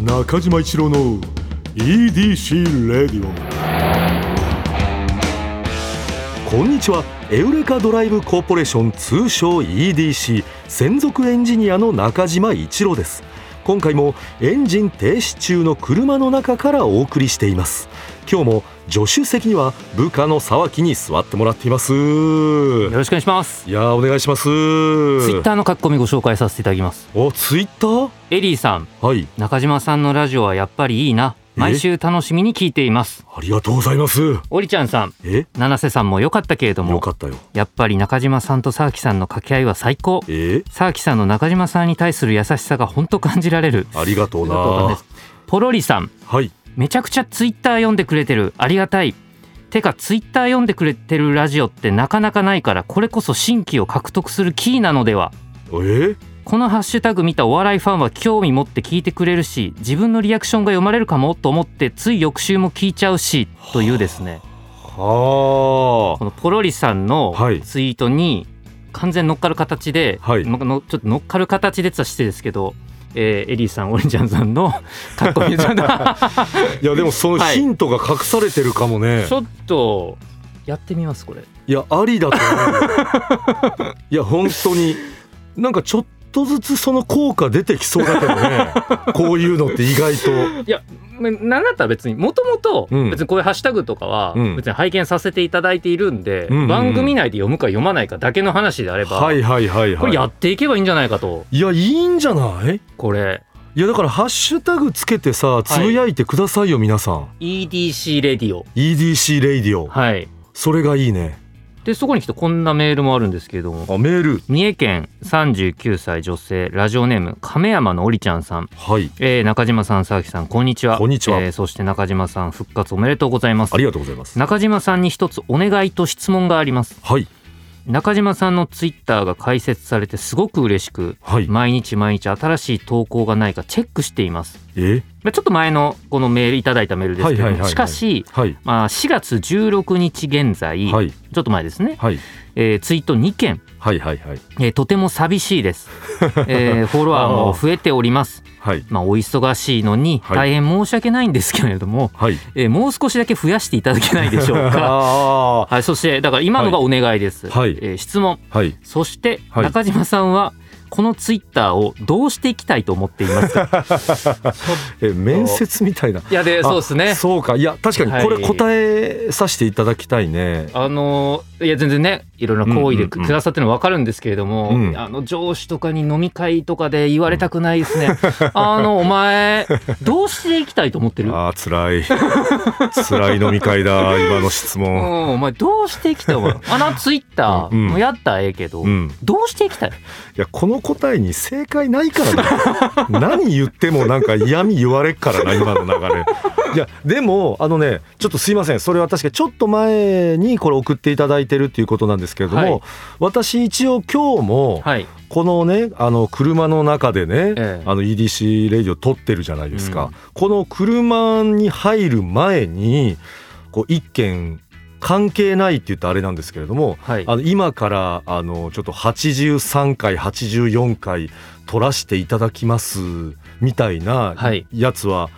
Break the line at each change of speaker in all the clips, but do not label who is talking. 中島一郎の EDC レディオこんにちはエウレカドライブコーポレーション通称 EDC 専属エンジニアの中島一郎です今回もエンジン停止中の車の中からお送りしています今日も助手席には部下の沢木に座ってもらっています
よろしくお願いします
いやお願いしますツイ
ッターの書き込みご紹介させていただきます
おツイッター
エリーさん
はい
中島さんのラジオはやっぱりいいな毎週楽しみに聞いています
ありがとうございます
おりちゃんさん
え
七瀬さんも良かったけれども
よかったよ
やっぱり中島さんと沢木さんの掛け合いは最高
え
沢木さんの中島さんに対する優しさが本当感じられる
ありがとうな
ということですポロリさん
はい
めちゃくちゃツイッター読んでくれてるありがたいてかツイッター読んでくれてるラジオってなかなかないからこれこそ新規を獲得するキーなのでは
え
このハッシュタグ見たお笑いファンは興味持って聞いてくれるし自分のリアクションが読まれるかもと思ってつい翌週も聞いちゃうしというですね
は
このポロリさんの
はい
ツイートに完全乗っかる形で、
はい
ののちょっと乗っかる形でって言ったら失礼ですけど、えーエリーさんオレンジャンさん のかっこいいち
あいやでもその
はい
ヒントが隠されてるかもね、
ょっとやってみますこれ
い、やありだと思ういや本当になんかちょっとずつその効果出てきそうだけど ねこういうのって意外と
いやまなんだったら別にもともと
うん
別にこういうハッシュタグとかは
うん
別に拝見させていただいているんで、
うんうんうん
番組内で読むか読まないかだけの話であれば、
はいはいはい
こ
は
れ
い
やっていけばいいんじゃないかと
いやいいんじゃない
これ
いやだからハッシュタグつけてさつぶやいてくださいよ皆さん、
EDC レディオ
EDC レイディオ
はい
それがいいね
でそこに来てこんなメールもあるんですけれども
あメール
三重県39歳女性ラジオネーム亀山のおりちゃんさん、
はい
えー、中島さん佐々木さんこんにちは
こんにちは
えーそして中島さん復活おめでとうございます
ありがとうございます
中島さんに一つお願いと質問があります
はい
中島さんのツイッターが開設されてすごく嬉しく
はい
毎日毎日新しい投稿がないかチェックしています
え
まあちょっと前のこのメールいただいたメールですけれども、
はいはいはいはい
しかし
はい
まあ、4月16日現在、
はい
ちょっと前ですね、
はい
えーツイート2件、
はいはいはい
えーとても寂しい です、えーフォロワーも増えております
はい
まあ、お忙しいのに
はい
大変申し訳ないんですけれども、
はい
えーもう少しだけ増やしていただけないでしょ うか
あ
はいそしてだから今のがお願いです、
はいはい
えー質問
あはい
そして
はい
中島さんはこのツイッターをどうしていきたいと思っていますか
え面接みたいない
やでそうですね
そうかいや確かにこれ答えさせていただきたいね、
あのーいや全然ねいろいろな行為
う
で
んうん
く,、
うん
ださってるの分かるんですけれども、
うん
あの上司とかに飲み会とかで言われたくないですね、 あのお前どうしていきたいと思ってる
あー辛い辛い飲 み会 だ今の質
う
問
ん、お前どうしていきたい お前あのツイッター
うんうん
もやったらええけど、
うん
どうしていきたい
いやこの答えに正解ない からね何言ってもなんか嫌味言われっからな今の流れいやでもあのねちょっとすいませんそれは確かちょっと前にこれ送っていただいてるっていうことなんですけれども、
はい
私一応今日も
はい
このねあの車の中でね、
ええ
あの EDC レイディオ撮ってるじゃないですか、
うん
この車に入る前にこう一件関係ないって言ったらあれなんですけれども、
はい
あの今からあのちょっと83回84回撮らせていただきますみたいな
はい
やつは、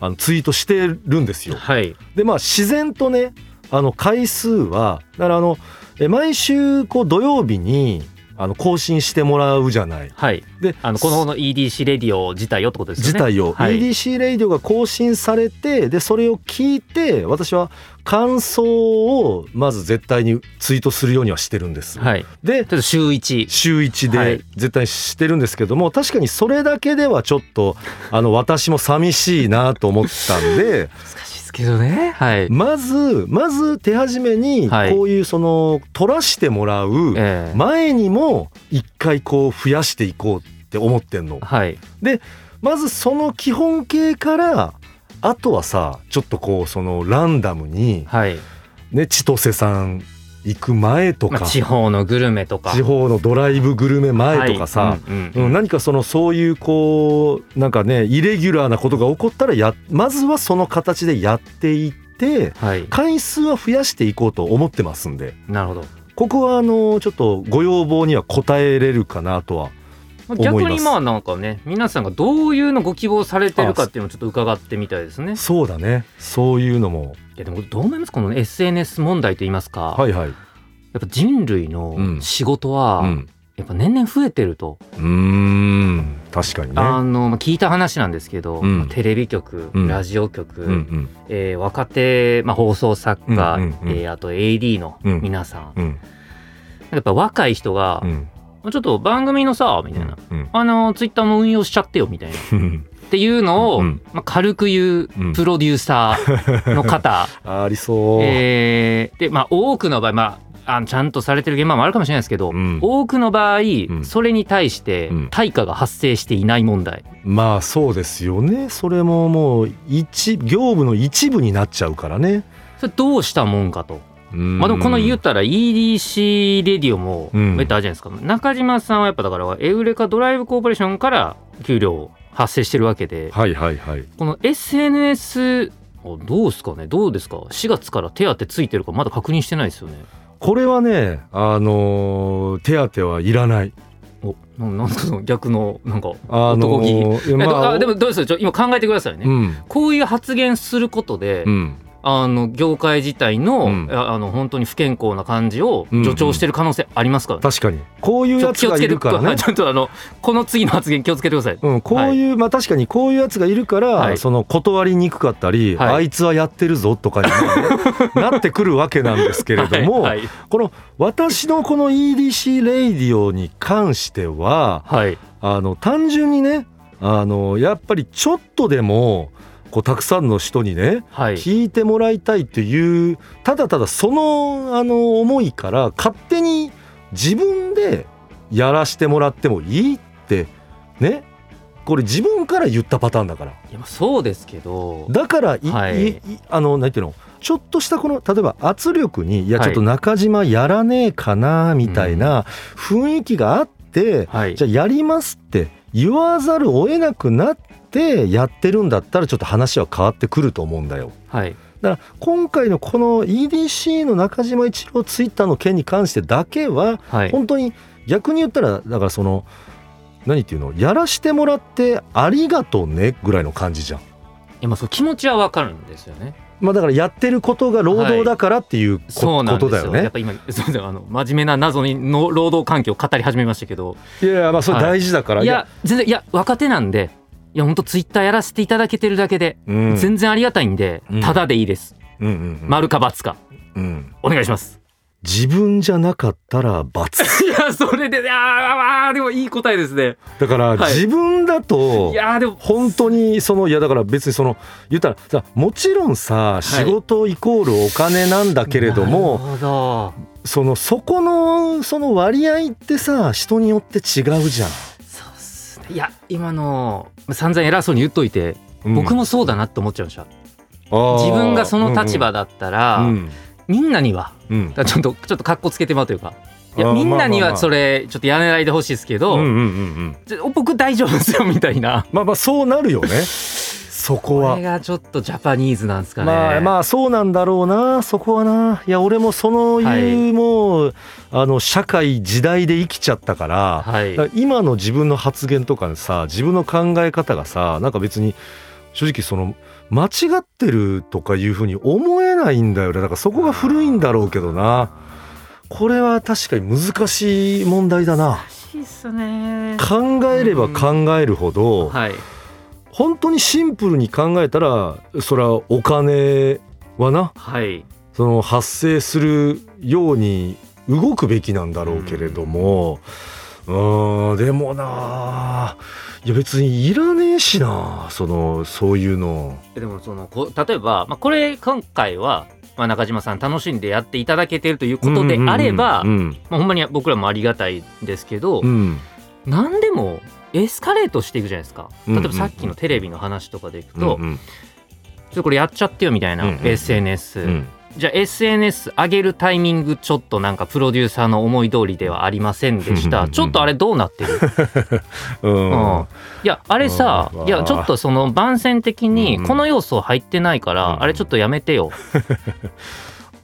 あのツイートしてるんですよ。
はい
でまあ自然とねあの回数はだからあのえ毎週こう土曜日にあの更新してもらうじゃない。
はい
で
あのこのの EDC レディオ自体よってことですよ
自
ね
体を、
はい
EDC レイディオが更新されてでそれを聞いて私は感想をまず絶対にツイートするようにはしてるんです。
はいちょ
で
っと週一
週1
は
で
い
絶対してるんですけども、確かにそれだけではちょっとあの私も寂しいなと思ったんで
難しいですけどねはい
まずまず手始めに
はい
こういうその取らしてもらう
ええ
前にも一回こう増やしていこうって思ってんの。
はい
まずその基本形からあとはさちょっとこうそのランダムに
はい、
ね千歳さん行く前と
ま
か、
あ、地方のグルメとか
地方のドライブグルメ前とかさ、
はいうんうん
うん、何かそのそういうこうなんかねイレギュラーなことが起こったらやまずはその形でやっていって
はい
回数は増やしていこうと思ってますんで
なるほど
ここはあのちょっとご要望には応えれるかなとは
まあ
思い
逆
ま
に
す
まあなんかね皆さんがどういうのご希望されてるかっていうのをちょっと伺ってみたいですね。
そうだねそういうのも
いやでもどう思いますこの SNS 問題と言いますか、
はいはい
やっぱ人類
うん
の仕事は、
うん
やっぱ年々増えてると、
うーん確かにね
あのまあ聞いた話なんですけど、
うん
まあテレビ局、
うん
ラジオ局、
うん
えー若手、まあ、放送作家、
うんうんうん
えーあと AD の
うん
皆さん、
うんうん
やっぱ若い人が
う、ん
ちょっと番組のさみたいな、
うん
あのツイッターも運用しちゃってよみたいなっ
うん
ていうのを、
うん
まあ、軽く言う
うん
プロデューサーの 方、
ありそう、
えーでまあ多くの場合まああのちゃんとされてる現場もあるかもしれないですけど、
うん
多くの場合、
ん
それに対して
うん
対価が発生していない問題、
まあそうですよねそれももう一業務の一部になっちゃうからね
それどうしたもんかと、
ま
まあ、でもこの言ったら EDC レディオも
うん
めっちゃあるじゃないですか、中島さんはやっぱだからエウレカドライブコーポレーションから給料を発生してるわけで、
はいはいはい
この SNS あどうですかねどうですか4月から手当ついてるかまだ確認してないですよね
これはねあのー手当はいらない
おななんですかその逆のなんか
あの
男気
ーいや
え
ま
っと
あ
あでもどうですちょ今考えてくださいね、
うん
こういう発言することで、
うん
あの業界自体の、
うん
ああの本当に不健康な感じを
うんうん
助長してる可能性ありますから、ね
確かにこういう
ちょ
やつ
気を
が
つ
い
けて
るからね
ちょっとあのこの次の発言気をつけてください、
うん、こういう、まあ確かにこういうやつがいるから、
はい
その断りにくかったり、
はい
あいつはやってるぞとかに ねなってくるわけなんですけれども、
はいはい
この私のこの EDC レイディオに関しては
はい
あの単純にねあのやっぱりちょっとでもこうたくさんの人にね
はい
聞いてもらいたいというただただそのあの思いから勝手に自分でやらしてもらってもいいってねこれ自分から言ったパターンだから
いやまあそうですけど
だからい、
はい
いいあの何ていうのちょっとしたこの例えば圧力にいや
はい
ちょっと中島やらねえかなみたいな雰囲気があって、
はい
じゃあやりますって言わざるを得なくなってやってるんだったらちょっと話は変わってくると思うんだよ。
はい
だから今回のこの EDC の中島一郎ツイッターの件に関してだけは
はい
本当に逆に言ったらだからその何っていうのやらしてもらってありがとうねぐらいの感じじゃん。
今そう気持ちはわかるんですよね
まあだからやってることが労働だからっていうこ,、
そうなん
と
です
だ
よ
よ
やっ
ね。
ぱ今 そうだよあの真面目な謎にの労働環境を語り始めましたけど
いやいやまあそれ大事だから、
いや全然いや若手なんでいや本当ツイッターやらせていただけてるだけで、
いや、うん、
全然ありがたいんで、
うん
ただでいいです
うんうんうん、
丸か×か
うん、
お願い します
自分じゃなかったら罰
いやそれでいやーあーでもいい答えですね
だから
はい
自分だと、
いやーでも
本当にそのいやだから別にその言ったらさもちろんさ仕事イコールお金なんだけれども、
なるほど
そのそこのその割合ってさ人によって違うじゃん。
そうっすねいや今の散々偉そうに言っといて、僕もそうだなって思っちゃいました自分がその立場
だ
だったら、
うん
みんなには
うんうん
だからちょっとちょっと格好つけてまうというかい
あ
や
ー
みんなに
まあまあま
は
あ
それちょっとやらないでほしいですけど、
うんうんうんうん
ちょ僕大丈夫ですよみたいな
まあまあそうなるよねそこ
こ
は
れ。がちょっとジャパニーズなんですかね、
まあまあそうなんだろうなそこはないや俺もそのいう、
はい
もうあの社会時代で生きちゃったから,、
はい
今の自分の発言とかさ自分の考え方がさなんか別に正直その間違ってるとかいうふうに思えないんだよねだからそこが古いんだろうけどなこれは確かに難しい問題だな
しいっすね
考えれば考えるほど、
はい
本当にシンプルに考えたらそれはお金はな
はい
その発生するように動くべきなんだろうけれどもうーんでもなあいや別にいらねえしなそのそういうの
でもそのこ例えば、まあ、これ今回は、まあ、中島さん楽しんでやっていただけてるということであれば、
うん
まあ、ほんまに僕らもありがたいですけど、
うんうん
何でもエスカレートしていくじゃないですか
うん
例えばさっきのテレビの話とかでいく
う
と、
んうん
ちょっとこれやっちゃってよみたいな、
うんうん
SNS、
うん
じゃあ SNS 上げるタイミングちょっとなんかプロデューサーの思い通りではありませんでし
うんうん
た
うん
ちょっとあれどうなってる、
うん
うんいやあれさ
うん
いやちょっとその番宣的
う
に
んうん
この要素入ってないから、
うん
あれちょっとやめてよ、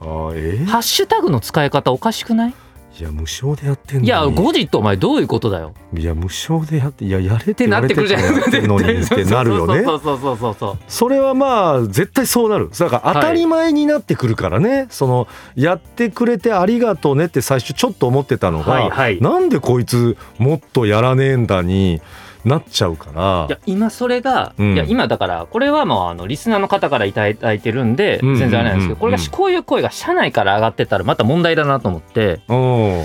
あえ
ハッシュタグの使い方おかしくない
いや無償でやってんのに
いや後日ってお前どういうことだよ
いや無償でやっていややれっ
って
て言
な
わ
っ
れ
て
て
くるじゃない
やってんのにってなるよね
そうそうそうそうそう
それはまあ絶対そうなるだから当たり前になってくるからね、そのやってくれてありがとうねって最初ちょっと思ってたのが、
はいはい
なんでこいつもっとやらねえんだになっちゃうから
いや今それが、
うん
いや今だからこれはもうあのリスナーの方からいただいてるんで
うんうんうん
全然あれなんですけどこれがこういう声が社内から上がってたらまた問題だなと思って
うん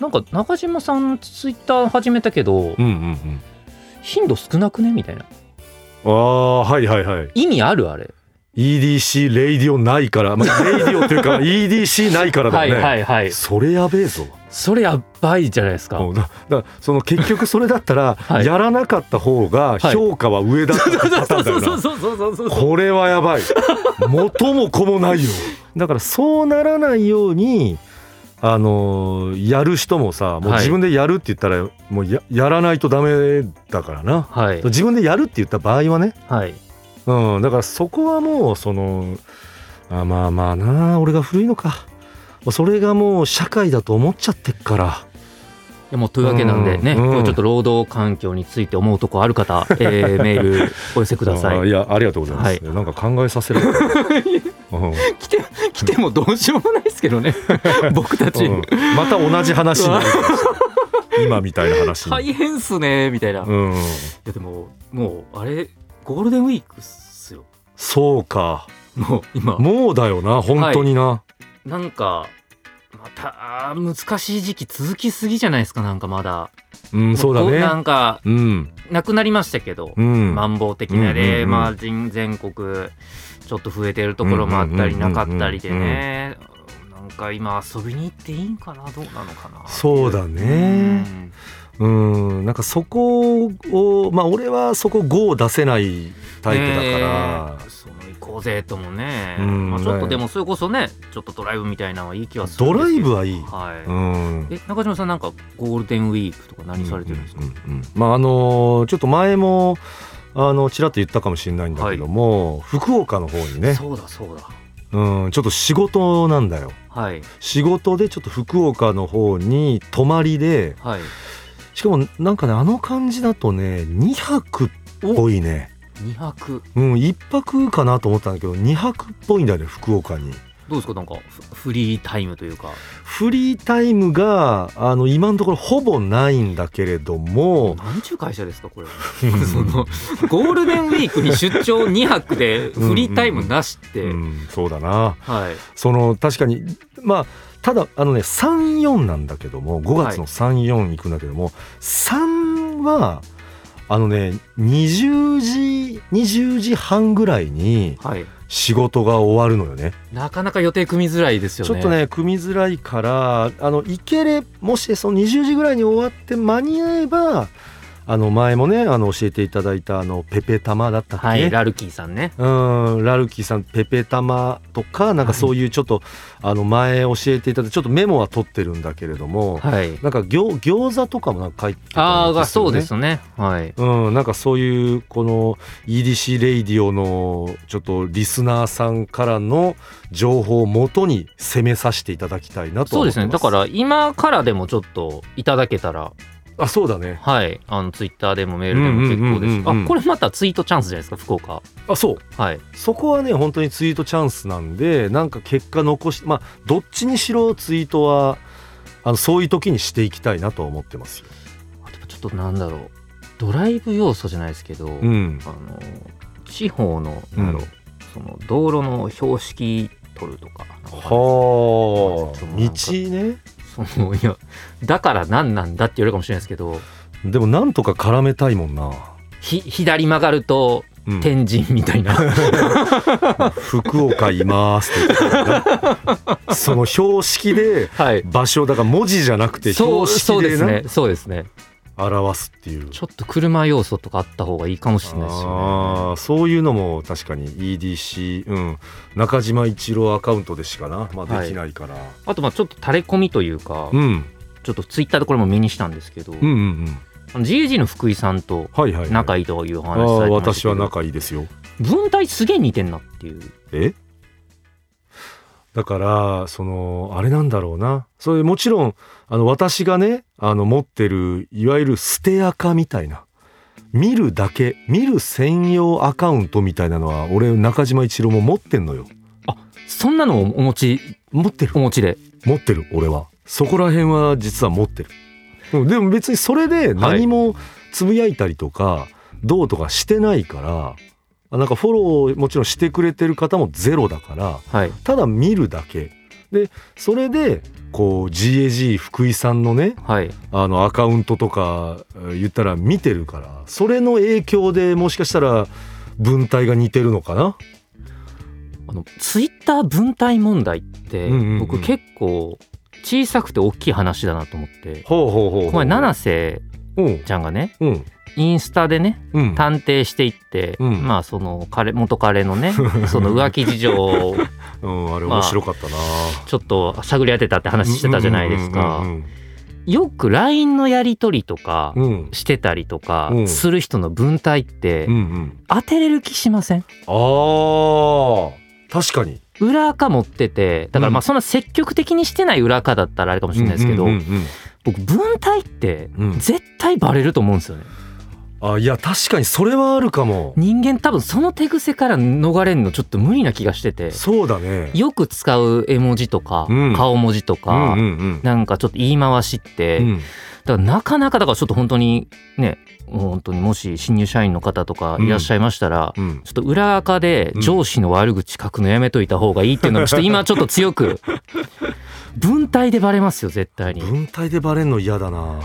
なんか中島さんツイッター始めたけど
うんうんうん
頻度少なくねみたいな
ああはいはいはい
意味あるあれ
EDC レイディオないから、まあ、レイディオっていうか EDC ないからだ
はい
よね、
はいはい
それやべえぞ
それやばいじゃないですか
うんだだその結局それだったら、
はい
やらなかった方が評価は上だったパターン だよな
そうそうそうそうそう
これはや ばい元も子もないよだからそうならないようにあのーやる人もさもう
はい
自分でやるって言ったら、もうややらないとダメだからな
はい
自分でやるって言った場合はね、
はい
うん、だからそこはもうそのあまあまあな俺が古いのかそれがもう社会だと思っちゃってっから
いやもうというわけなんでね、
うんうん
ちょっと労働環境について思うとこあ る方、えー、メールお寄せくださ
あ
い
ーいやありがとうございます、
はい
なんか考えさせら れた、うん
来て来てもどうしようもないですけ どね僕たち、
うんまた同じ話 になるかもしれない今みたいな話に、
大変っすねみたいな、い
うん、
やでももうあれゴールデンウィークっすよ
そうか
もう今
もうだよな本当にな、
なんかまた難しい時期続きすぎじゃないですかなんかまだ
うんそうだ
もな
ね
んか
うん
なくなりましたけど、
うん
マンボウ的な
うんうん
で、
うん
まあ、人全国ちょっと増えてるところもあったり
うんうんうんう
なんかったりでね、なんか今遊びに行っていいんかなどうなのかな
そうだね
うん
うんなんかそこをまあ俺はそこ5を出せないタイプだから、
ねえその行こうぜともね、
うん
まあ、ちょっと
ね
でもそれこそねちょっとドライブみたいなのはいい気はする
ド
んで
ラ
す
イ
けど
ブはいい、
はい、
うん
え中島さんなんかゴールデンウィークとか何されてるんですか、
うんうんうんまああのーちょっと前もあのちらっと言ったかもしれないんだけども、福岡の方にね、
そうだそうだ
うん、ちょっと仕事なんだよ
はい
仕事でちょっと福岡の方に泊まりで
はい
しかもなんかねあの感じだとね2泊っぽいね
2泊
うん1泊かなと思ったんだけど2泊っぽいんだよね福岡に
どうですかなんかフフリータイムというか
フリータイムがあの今のところほぼないんだけれども
何ちゅう会社ですかこれ
うん
そのゴールデンウィークに出張2泊でフリータイムなしって、
うんそうだな
はい
その確かにまあただあのね34なんだけども5月の34行くんだけども、3はあのね20時20時半ぐらいに
はい
仕事が終わるのよね
なかなか予定組みづらいですよね
ちょっとね組みづらいからあの行けれもしその20時ぐらいに終わって間に合えばあの前もねあの教えていただいたあのペペ玉だったっけ、
はいラルキーさんね
うんラルキーさんペペ玉とかなんかそういうちょっと、あの前教えていただいてちょっとメモは取ってるんだけれども、
はい
なんか餃餃子とかもなんか書いてた
ああ
ん
が
ですよ
そうで
ね
すねはい
うん、なんかそういうこの EDC レイディオのちょっとリスナーさんからの情報をもとに攻めさせていただきたいなと
そう
思
で
って
す
ます
ねだから今からでもちょっといただけたら
あそうだね
はいあのツイッターでもメールでも結構
うんうんうんうんう
で
ん
すあこれまたツイートチャンスじゃないですか福岡
あそう
はい
そこはね本当にツイートチャンスなんでなんか結果残しまあどっちにしろツイートはあのそういう時にしていきたいなとは思ってますよ。
あとちょっとなんだろうドライブ要素じゃないですけど、
うん、
あの地方の
うん
なんだろうその道路の標識取るとかなんか
はあ道
そうそう
ね
そのいやだから何なんだって言われるかもしれないですけど
でもなんとか絡めたいもんな。
ひ左曲がると
うん
天神みたいな、
福岡いますって言ってたよ なその標識で
はい
場所だから文字じゃなくて標
そうそ
識
うで
ですな
ねそうですね
表すっていう。
ちょっと車要素とかあった方がいいかもしれないですよね
あーそういうのも確かに EDC、うん、中島一郎アカウントでしかな、まあ、できないから、
あとまあちょっと垂れ込みというか
うん、
ちょっとツイッターでこれも目にしたんですけど、
うんうんうん
あの GAG の福井さんと
はいはい、はい、
仲いいというお
あ
話さ
ー
れてま
私
したけど
は仲いいですよ
文体すげえ似てんなっていう
えだからそのあれなんだろうなそれもちろんあの私がねあの持ってるいわゆる捨てアカみたいな見るだけ見る専用アカウントみたいなのは俺中島一郎も持ってんのよ
そんなのをお持ち
持ってる
お持ちで
持ってる俺はそこら辺は実は持ってるうんでも別にそれで何もつぶやいたりとか、どうとかしてないからあなんかフォローもちろんしてくれてる方もゼロだから
はい
ただ見るだけでそれでこう GAG 福井さんのね
はい
あのアカウントとかえー言ったら見てるからそれの影響でもしかしたら文体が似てるのかな
あのツイッター文体問題っ
う
て、
んうんうん
僕結構小さくて大きい話だなと思って
ほうほうほうほう
この前七瀬
うん
ちゃんがね
うん
インスタでね
うん
探偵していって、
うん
まあその彼元彼の ねその浮気事情を
うんあれ
まあ
面白かったな、
ちょっと探り当てたって話してたじゃないです
う
か
ん
よく LINE のやり取りとか
うんうんうん
してたりとか
うん
する人の文体って
うんうんうん
当てれる気しません
あー確かに
裏垢持っててだから
うん
まあそんな積極的にしてない裏垢だったらあれかもしれないですけど、
うんうんうん
僕文体って
うん
絶対バレると思うんですよね
あいや確かにそれはあるかも
人間多分その手癖から逃れるのちょっと無理な気がしてて
そうだね
よく使う絵文字とか
うん
顔文字とか、
うんうん
なんかちょっと言い回しって、
うんうん
だからなかなかだからちょっと本当にね本当にもし新入社員の方とかいらっしゃいましたら、
うん
ちょっと裏垢で上司の悪口書くのやめといた方がいいっていうの はちょっと今ちょっと強く文体でバレますよ絶対に
文体でバレんの嫌だな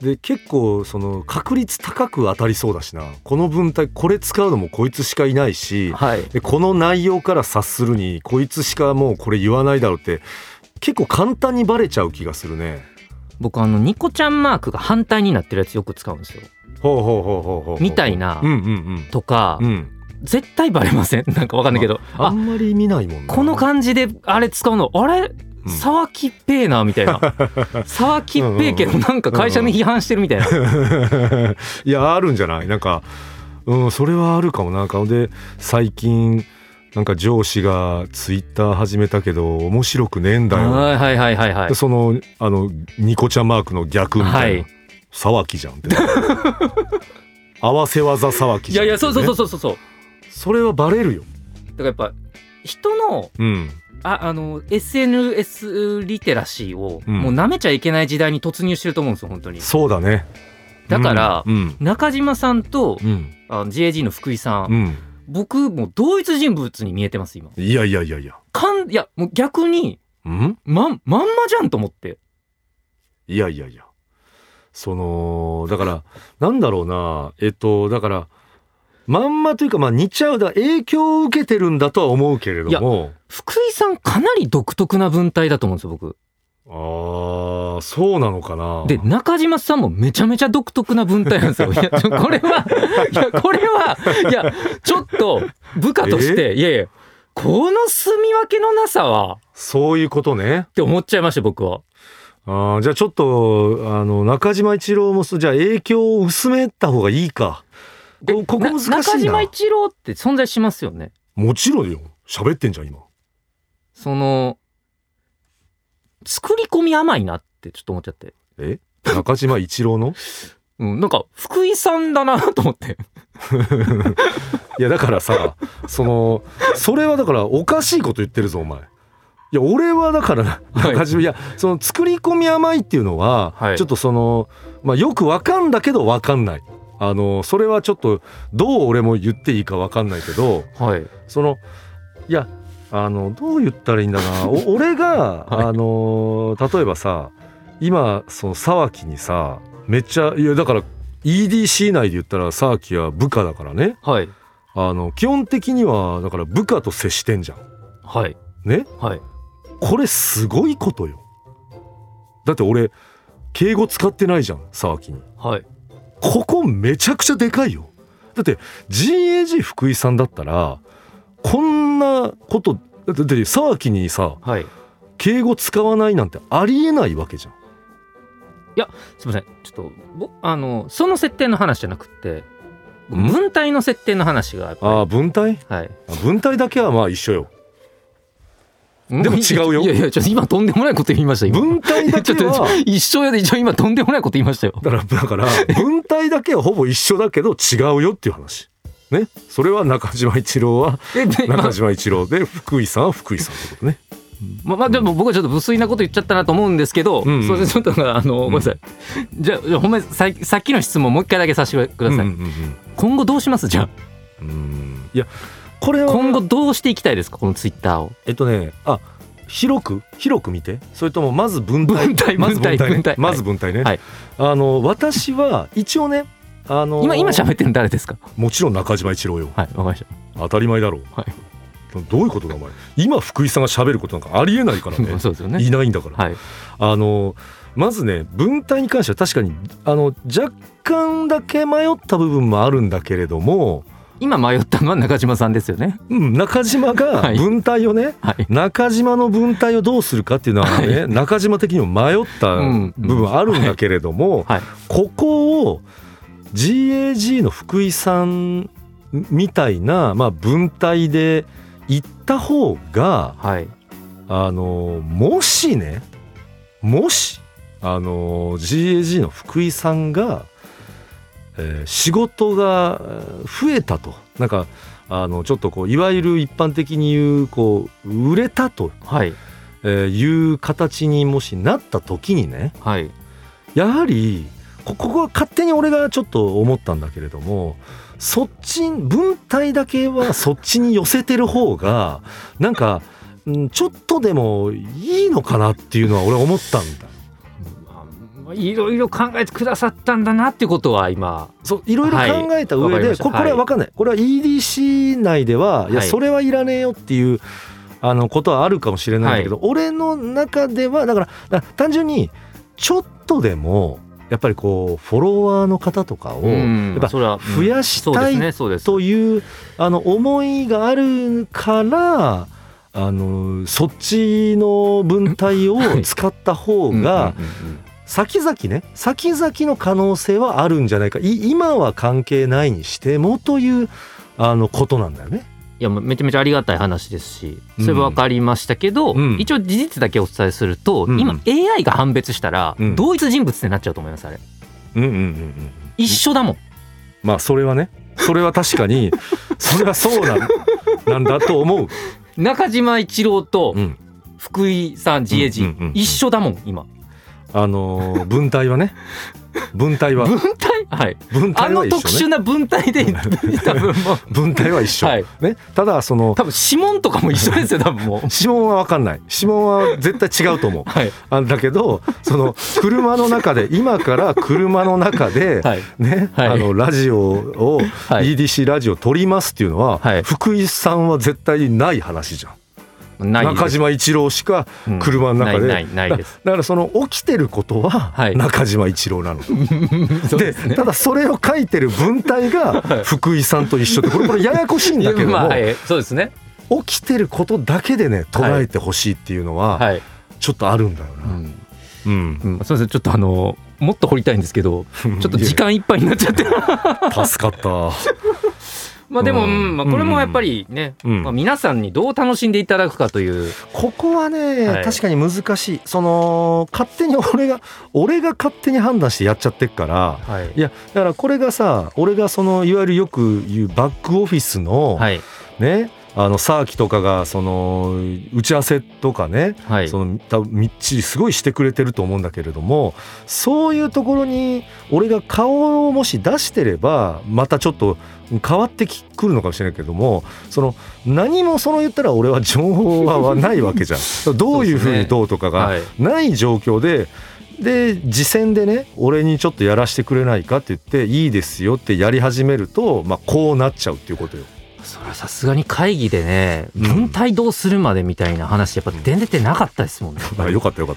で結構その確率高く当たりそうだしなこの文体これ使うのもこいつしかいないし
はい
でこの内容から察するにこいつしかもうこれ言わないだろうって結構簡単にバレちゃう気がするね
僕あのニコちゃんマークが反対になってるやつよく使うんですよ
ほうほうほうほうほうほう
みたいな
うんうん
とか、
うんうん
絶対バレません なんかわかんないけどあ
あんまり見ないもんな
この感じであれ使うのあれ
うん
沢木っぺーなみたいな 沢木っぺーけどなんか会社に批判してるみたいな
いやあるんじゃないなんか、うん、それはあるかもなんかで最近なんか上司がツイッター始めたけど面白くねえんだよ、
はいはいはいはいはい
でそのあのニコちゃんマークの逆みたいな
はい
「沢木じゃん」って 合わせ技沢木
い
じゃ
や
ん
い
ってね、
やそうそうそうそうそうそう
それはバレるよ、
だからやっぱ人の
うん、
ああの SNS リテラシーを
うん
もう舐めちゃいけない時代に突入してると思うんですよ本当に
そうだね
だから
うん
中島さんと
うん
あの GAG の福井さ
うんん、
僕もう同一人物に見えてます今
うん、いやいやいやいや
かんいやもう逆に
うん
まんまんまじゃんと思って
いやいやいや。その、だから、なんだろうな、えっと、だから、まんまというか、まあ、似ちゃうだ、影響を受けてるんだとは思うけれども、
福井さんかなり独特な文体だと思うんですよ僕
ああ、そうなのかな。
で中島さんもめちゃめちゃ独特な文体なんで すよいやちょこれはいやこれはいやちょっと部下としていやいやこの住み分けのなさは
そういうことね。
って思っちゃいました僕は
あーじゃあちょっと、あの、中島一郎もそう、じゃあ影響を薄めた方がいいか。
で
ここ難しいな。
中島一郎って存在しますよね
もちろんよ。喋ってんじゃん、今。
その作り込み甘いなってちょっと思っちゃって、
え中島一郎の
うん、なんか福井さんだなと思って
いや、だからさ、その、それはだから、おかしいこと言ってるぞ、お前。いや、俺はだから、
はい
中島いやその作り込み甘いっていうのは、
はい
ちょっとその、まあ、よくわかんだけどわかんないあのそれはちょっとどう俺も言っていいかわかんないけど
はい
そのいやあのどう言ったらいいんだな お俺が、
はい
あの例えばさ今その沢木にさめっちゃいやだから EDC 内で言ったら沢木は部下だからね
はい
あの基本的にはだから部下と接してんじゃん。
はい
ね
はい
これすごいことよだって俺敬語使ってないじゃん沢木に
はい
ここめちゃくちゃでかいよだって GAG 福井さんだったらこんなことだってだって沢木にさ
はい
敬語使わないなんてありえないわけじゃん
すみませんちょっとぼあのその設定の話じゃなくって
ん
文体の設定の話がやっぱ
あー文体
はい
あ文体だけはまあ一緒よでも違うよ
いやいや、ちょっと今とんでもないこと言いました、今。
文体だ
ち
け
ょっと
は
一生やで一応今とんでもないこと言いましたよ。
だからだ から文体だけはほぼ一緒だけど違うよっていう話ねそれは中島一郎 は
えでまあ
中島一郎で福井さんは福井さんってことね
まあ、まあ、でも僕はちょっと無粋なこと言っちゃったなと思うんですけど、
うんうん
それでちょっとあのごめんなさい、じゃあじゃあほんまにささっきの質問もう一回だけさせてください、
うんうんうん
今後どうしますじゃあ
うんうんいやこれは
今後どうしていきたいですかこのツイッターを
えっとねあ広く広く見てそれともまず文体
文体
まず
文体
ね
文体
まず文体ね、
はい
あの私は一応ねあの
今今喋ってるの誰ですか
もちろん中島一郎よ
はいわかりまし
当たり前だろう、
はい
どういうことだお前今福井さんが喋ることなんかありえないから
た、
ね
そうですよね
いないんだから、
はい
あのまずね文体に関しては確かにあの若干だけ迷った部分もあるんだけれども、
今迷ったのは中島さんですよね
うん、中島が
はい
文体をね、
はい
中島の文体をどうするかっていうのはね、中島的にも迷った
うん
部分あるんだけれども、
はい
ここを GAG の福井さんみたいな、まあ、文体で行った方が
はい
あのもしねもしあの GAG の福井さんが、えー仕事がえー増えたとなんかあのちょっとこういわゆる一般的に言うこう売れたと
はい
えーいう形にもしなった時にね
はい
やはりこここは勝手に俺がちょっと思ったんだけれどもそっち文体だけは そっちに寄せてる方がなんかうんちょっとでもいいのかなっていうのは俺は思ったんだ。
まあまあいろいろ考えてくださったんだなってことは今
そういろいろ
はい
考えた上
わか
で、
りました
ここれは分かんない、これは EDC 内では、い、や
はい
それはいらねえよっていうあのことはあるかもしれないんだけど、俺の中ではだからだから単純にちょっとでもやっぱりこうフォロワーの方とかを
うん
やっぱ
それは
増やしたい
そうですねそ
と
う
いうあの思いがあるからあのそっちの文体を使った方
です
が、
うんうんうんうん
先々ね先々の可能性はあるんじゃないかい今は関係ないにしてもというあのことなんだよね。
いやもうめちゃめちゃありがたい話ですし
うん
それは分かりましたけど、
うん
一応事実だけお伝えすると、
うんうん
今 AI が判別したら、
うん
同一人物ってなっちゃうと思いますあれ
うんうんうんうん、
一緒だもん、
まあそれはねそれは確かに それはそうなんなんだと思う。
中島一郎と
うん、
福井さん自衛
うんうんうんう
人
ん
一緒だもん今
あのー文体はね文体は
文体はい
文
あ
体は
の
一
特
緒
殊
ね。
な文体で多分 もう
文体は一緒、
はい
ね、ただその
多分指紋とかも一緒ですよ多分もう
指紋は分かんない指紋は絶対違うと思う。
はい
あだけどその車の中で今から車の中で、
はい
ね、
はい
あのラジオを、
はい
EDC ラジオを撮りますっていうのは、
はい
福井さんは絶対ない話じゃん
ないです
中島一郎しか
うん
車の中で、
ないないないです
だだからその起きてることは
はい
中島一郎なの、
そう
で
ですね
ただそれを書いてる文体が福井さんと一緒ってこれこれややこしいんだけども、
まあはいそうですね
起きてることだけでね捉えてほしいっていうのは
はい、
ちょっとあるんだよな、
うん
うん
うん、すみませんちょっとあのもっと掘りたいんですけどちょっと時間いっぱいになっちゃって
助かった、
まあで
う
も、うんんまあ、これもやっぱりね、
うん
まあ、皆さんにどう楽しんでいただくかという、
ここはね、
はい
確かに難しいその勝手に 俺が俺が勝手に判断してやっちゃってっから
はい
いやだからこれがさ俺がそのいわゆるよく言うバックオフィスの、
はい
ねあのサーキとかがその打ち合わせとかね、
はい
その多分みっちりすごいしてくれてると思うんだけれどもそういうところに俺が顔をもし出してればまたちょっと変わってきくるのかもしれないけどもその何もその言ったら俺は情報はないわけじゃ ん。どういうふうにどうとかが
はい
ない状況でで次戦でね俺にちょっとやらせてくれないかって言っていいですよってやり始めると、まあ、こうなっちゃうっていうことよ。
それはさすがに会議でね
うん
文体どうするまでみたいな話やっぱ出てなかったですもんね、
あよかったよかっ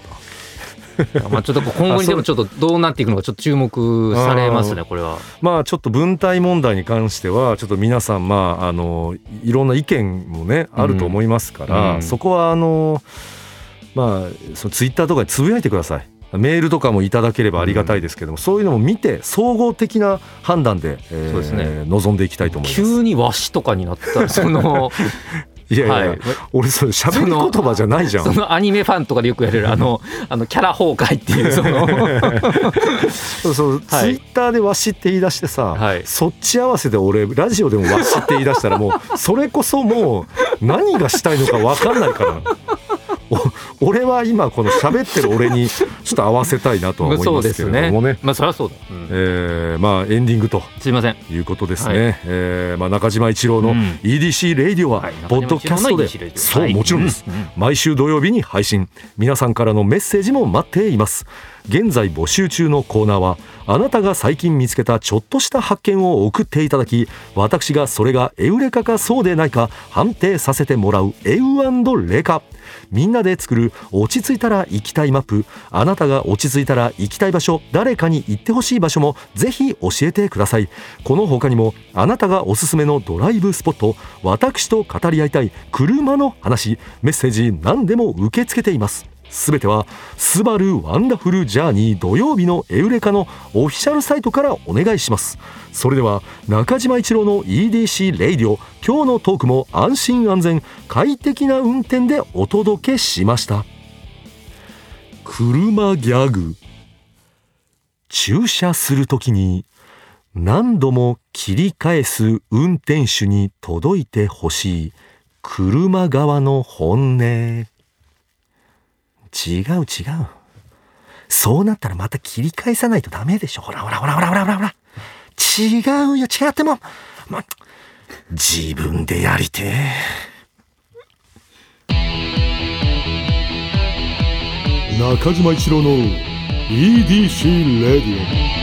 た。
まあちょっと今後にでもちょっとどうなっていくのかちょっと注目されますねこれは
まあちょっと文体問題に関してはちょっと皆さんまああのいろんな意見もねあると思いますから、
うん
そこはあのまあそのツイッターとかにつぶやいてください。メールとかもいただければありがたいですけども、そういうのも見て総合的な判断で,、えー
そうですね
臨んでいきたいと思います。
急に和紙とかになったらその
いやいやいや、
はい
俺それ喋り言葉じゃないじゃ
そ
ん
のアニメファンとかでよくやれるあ のあのキャラ崩壊っていうその
そうそうツイ
はい
ッターでわしって言い出してさ、
はい
そっち合わせで俺ラジオでもわしって言い出したらも うそれこそもう何がしたいのか分かんないからお俺は今この喋ってる俺にちょっと合わせたい なとは思い
そう
ま
で
け
すす
れ
ね
どもね
まあそりゃそうだ、
えーまあエンディングと
すいません
いうことですね、
は
えーまあ、中島一郎
う
の
ん
EDC レイディオは、
はい
ポッドキャスト
中島一郎の
で、
EDC レイディオ
そう
はい
もちろんです、
うんうん
毎週土曜日に配信皆さんからのメッセージも待っています現在募集中のコーナーはあなたが最近見つけたちょっとした発見を送っていただき私がそれがエウレカかそうでないか判定させてもらうエウレカみんなで作る落ち着いたら行きたいマップあなたが落ち着いたら行きたい場所誰かに行ってほしい場所もぜひ教えてくださいこの他にもあなたがおすすめのドライブスポット私と語り合いたい車の話メッセージ何でも受け付けていますすべては「スバルワンダフルジャーニー土曜日のエウレカ」のオフィシャルサイトからお願いしますそれでは中島一郎の EDC レイディオ今日のトークも安心安全快適な運転でお届けしました車ギャグ駐車するときに何度も切り返す運転手に届いてほしい車側の本音違う違うそうなったらまた切り返さないとダメでしょほらほらほらほらほらほらほら違うよ違ってもま自分でやりてえ
中島一郎の EDC レディオ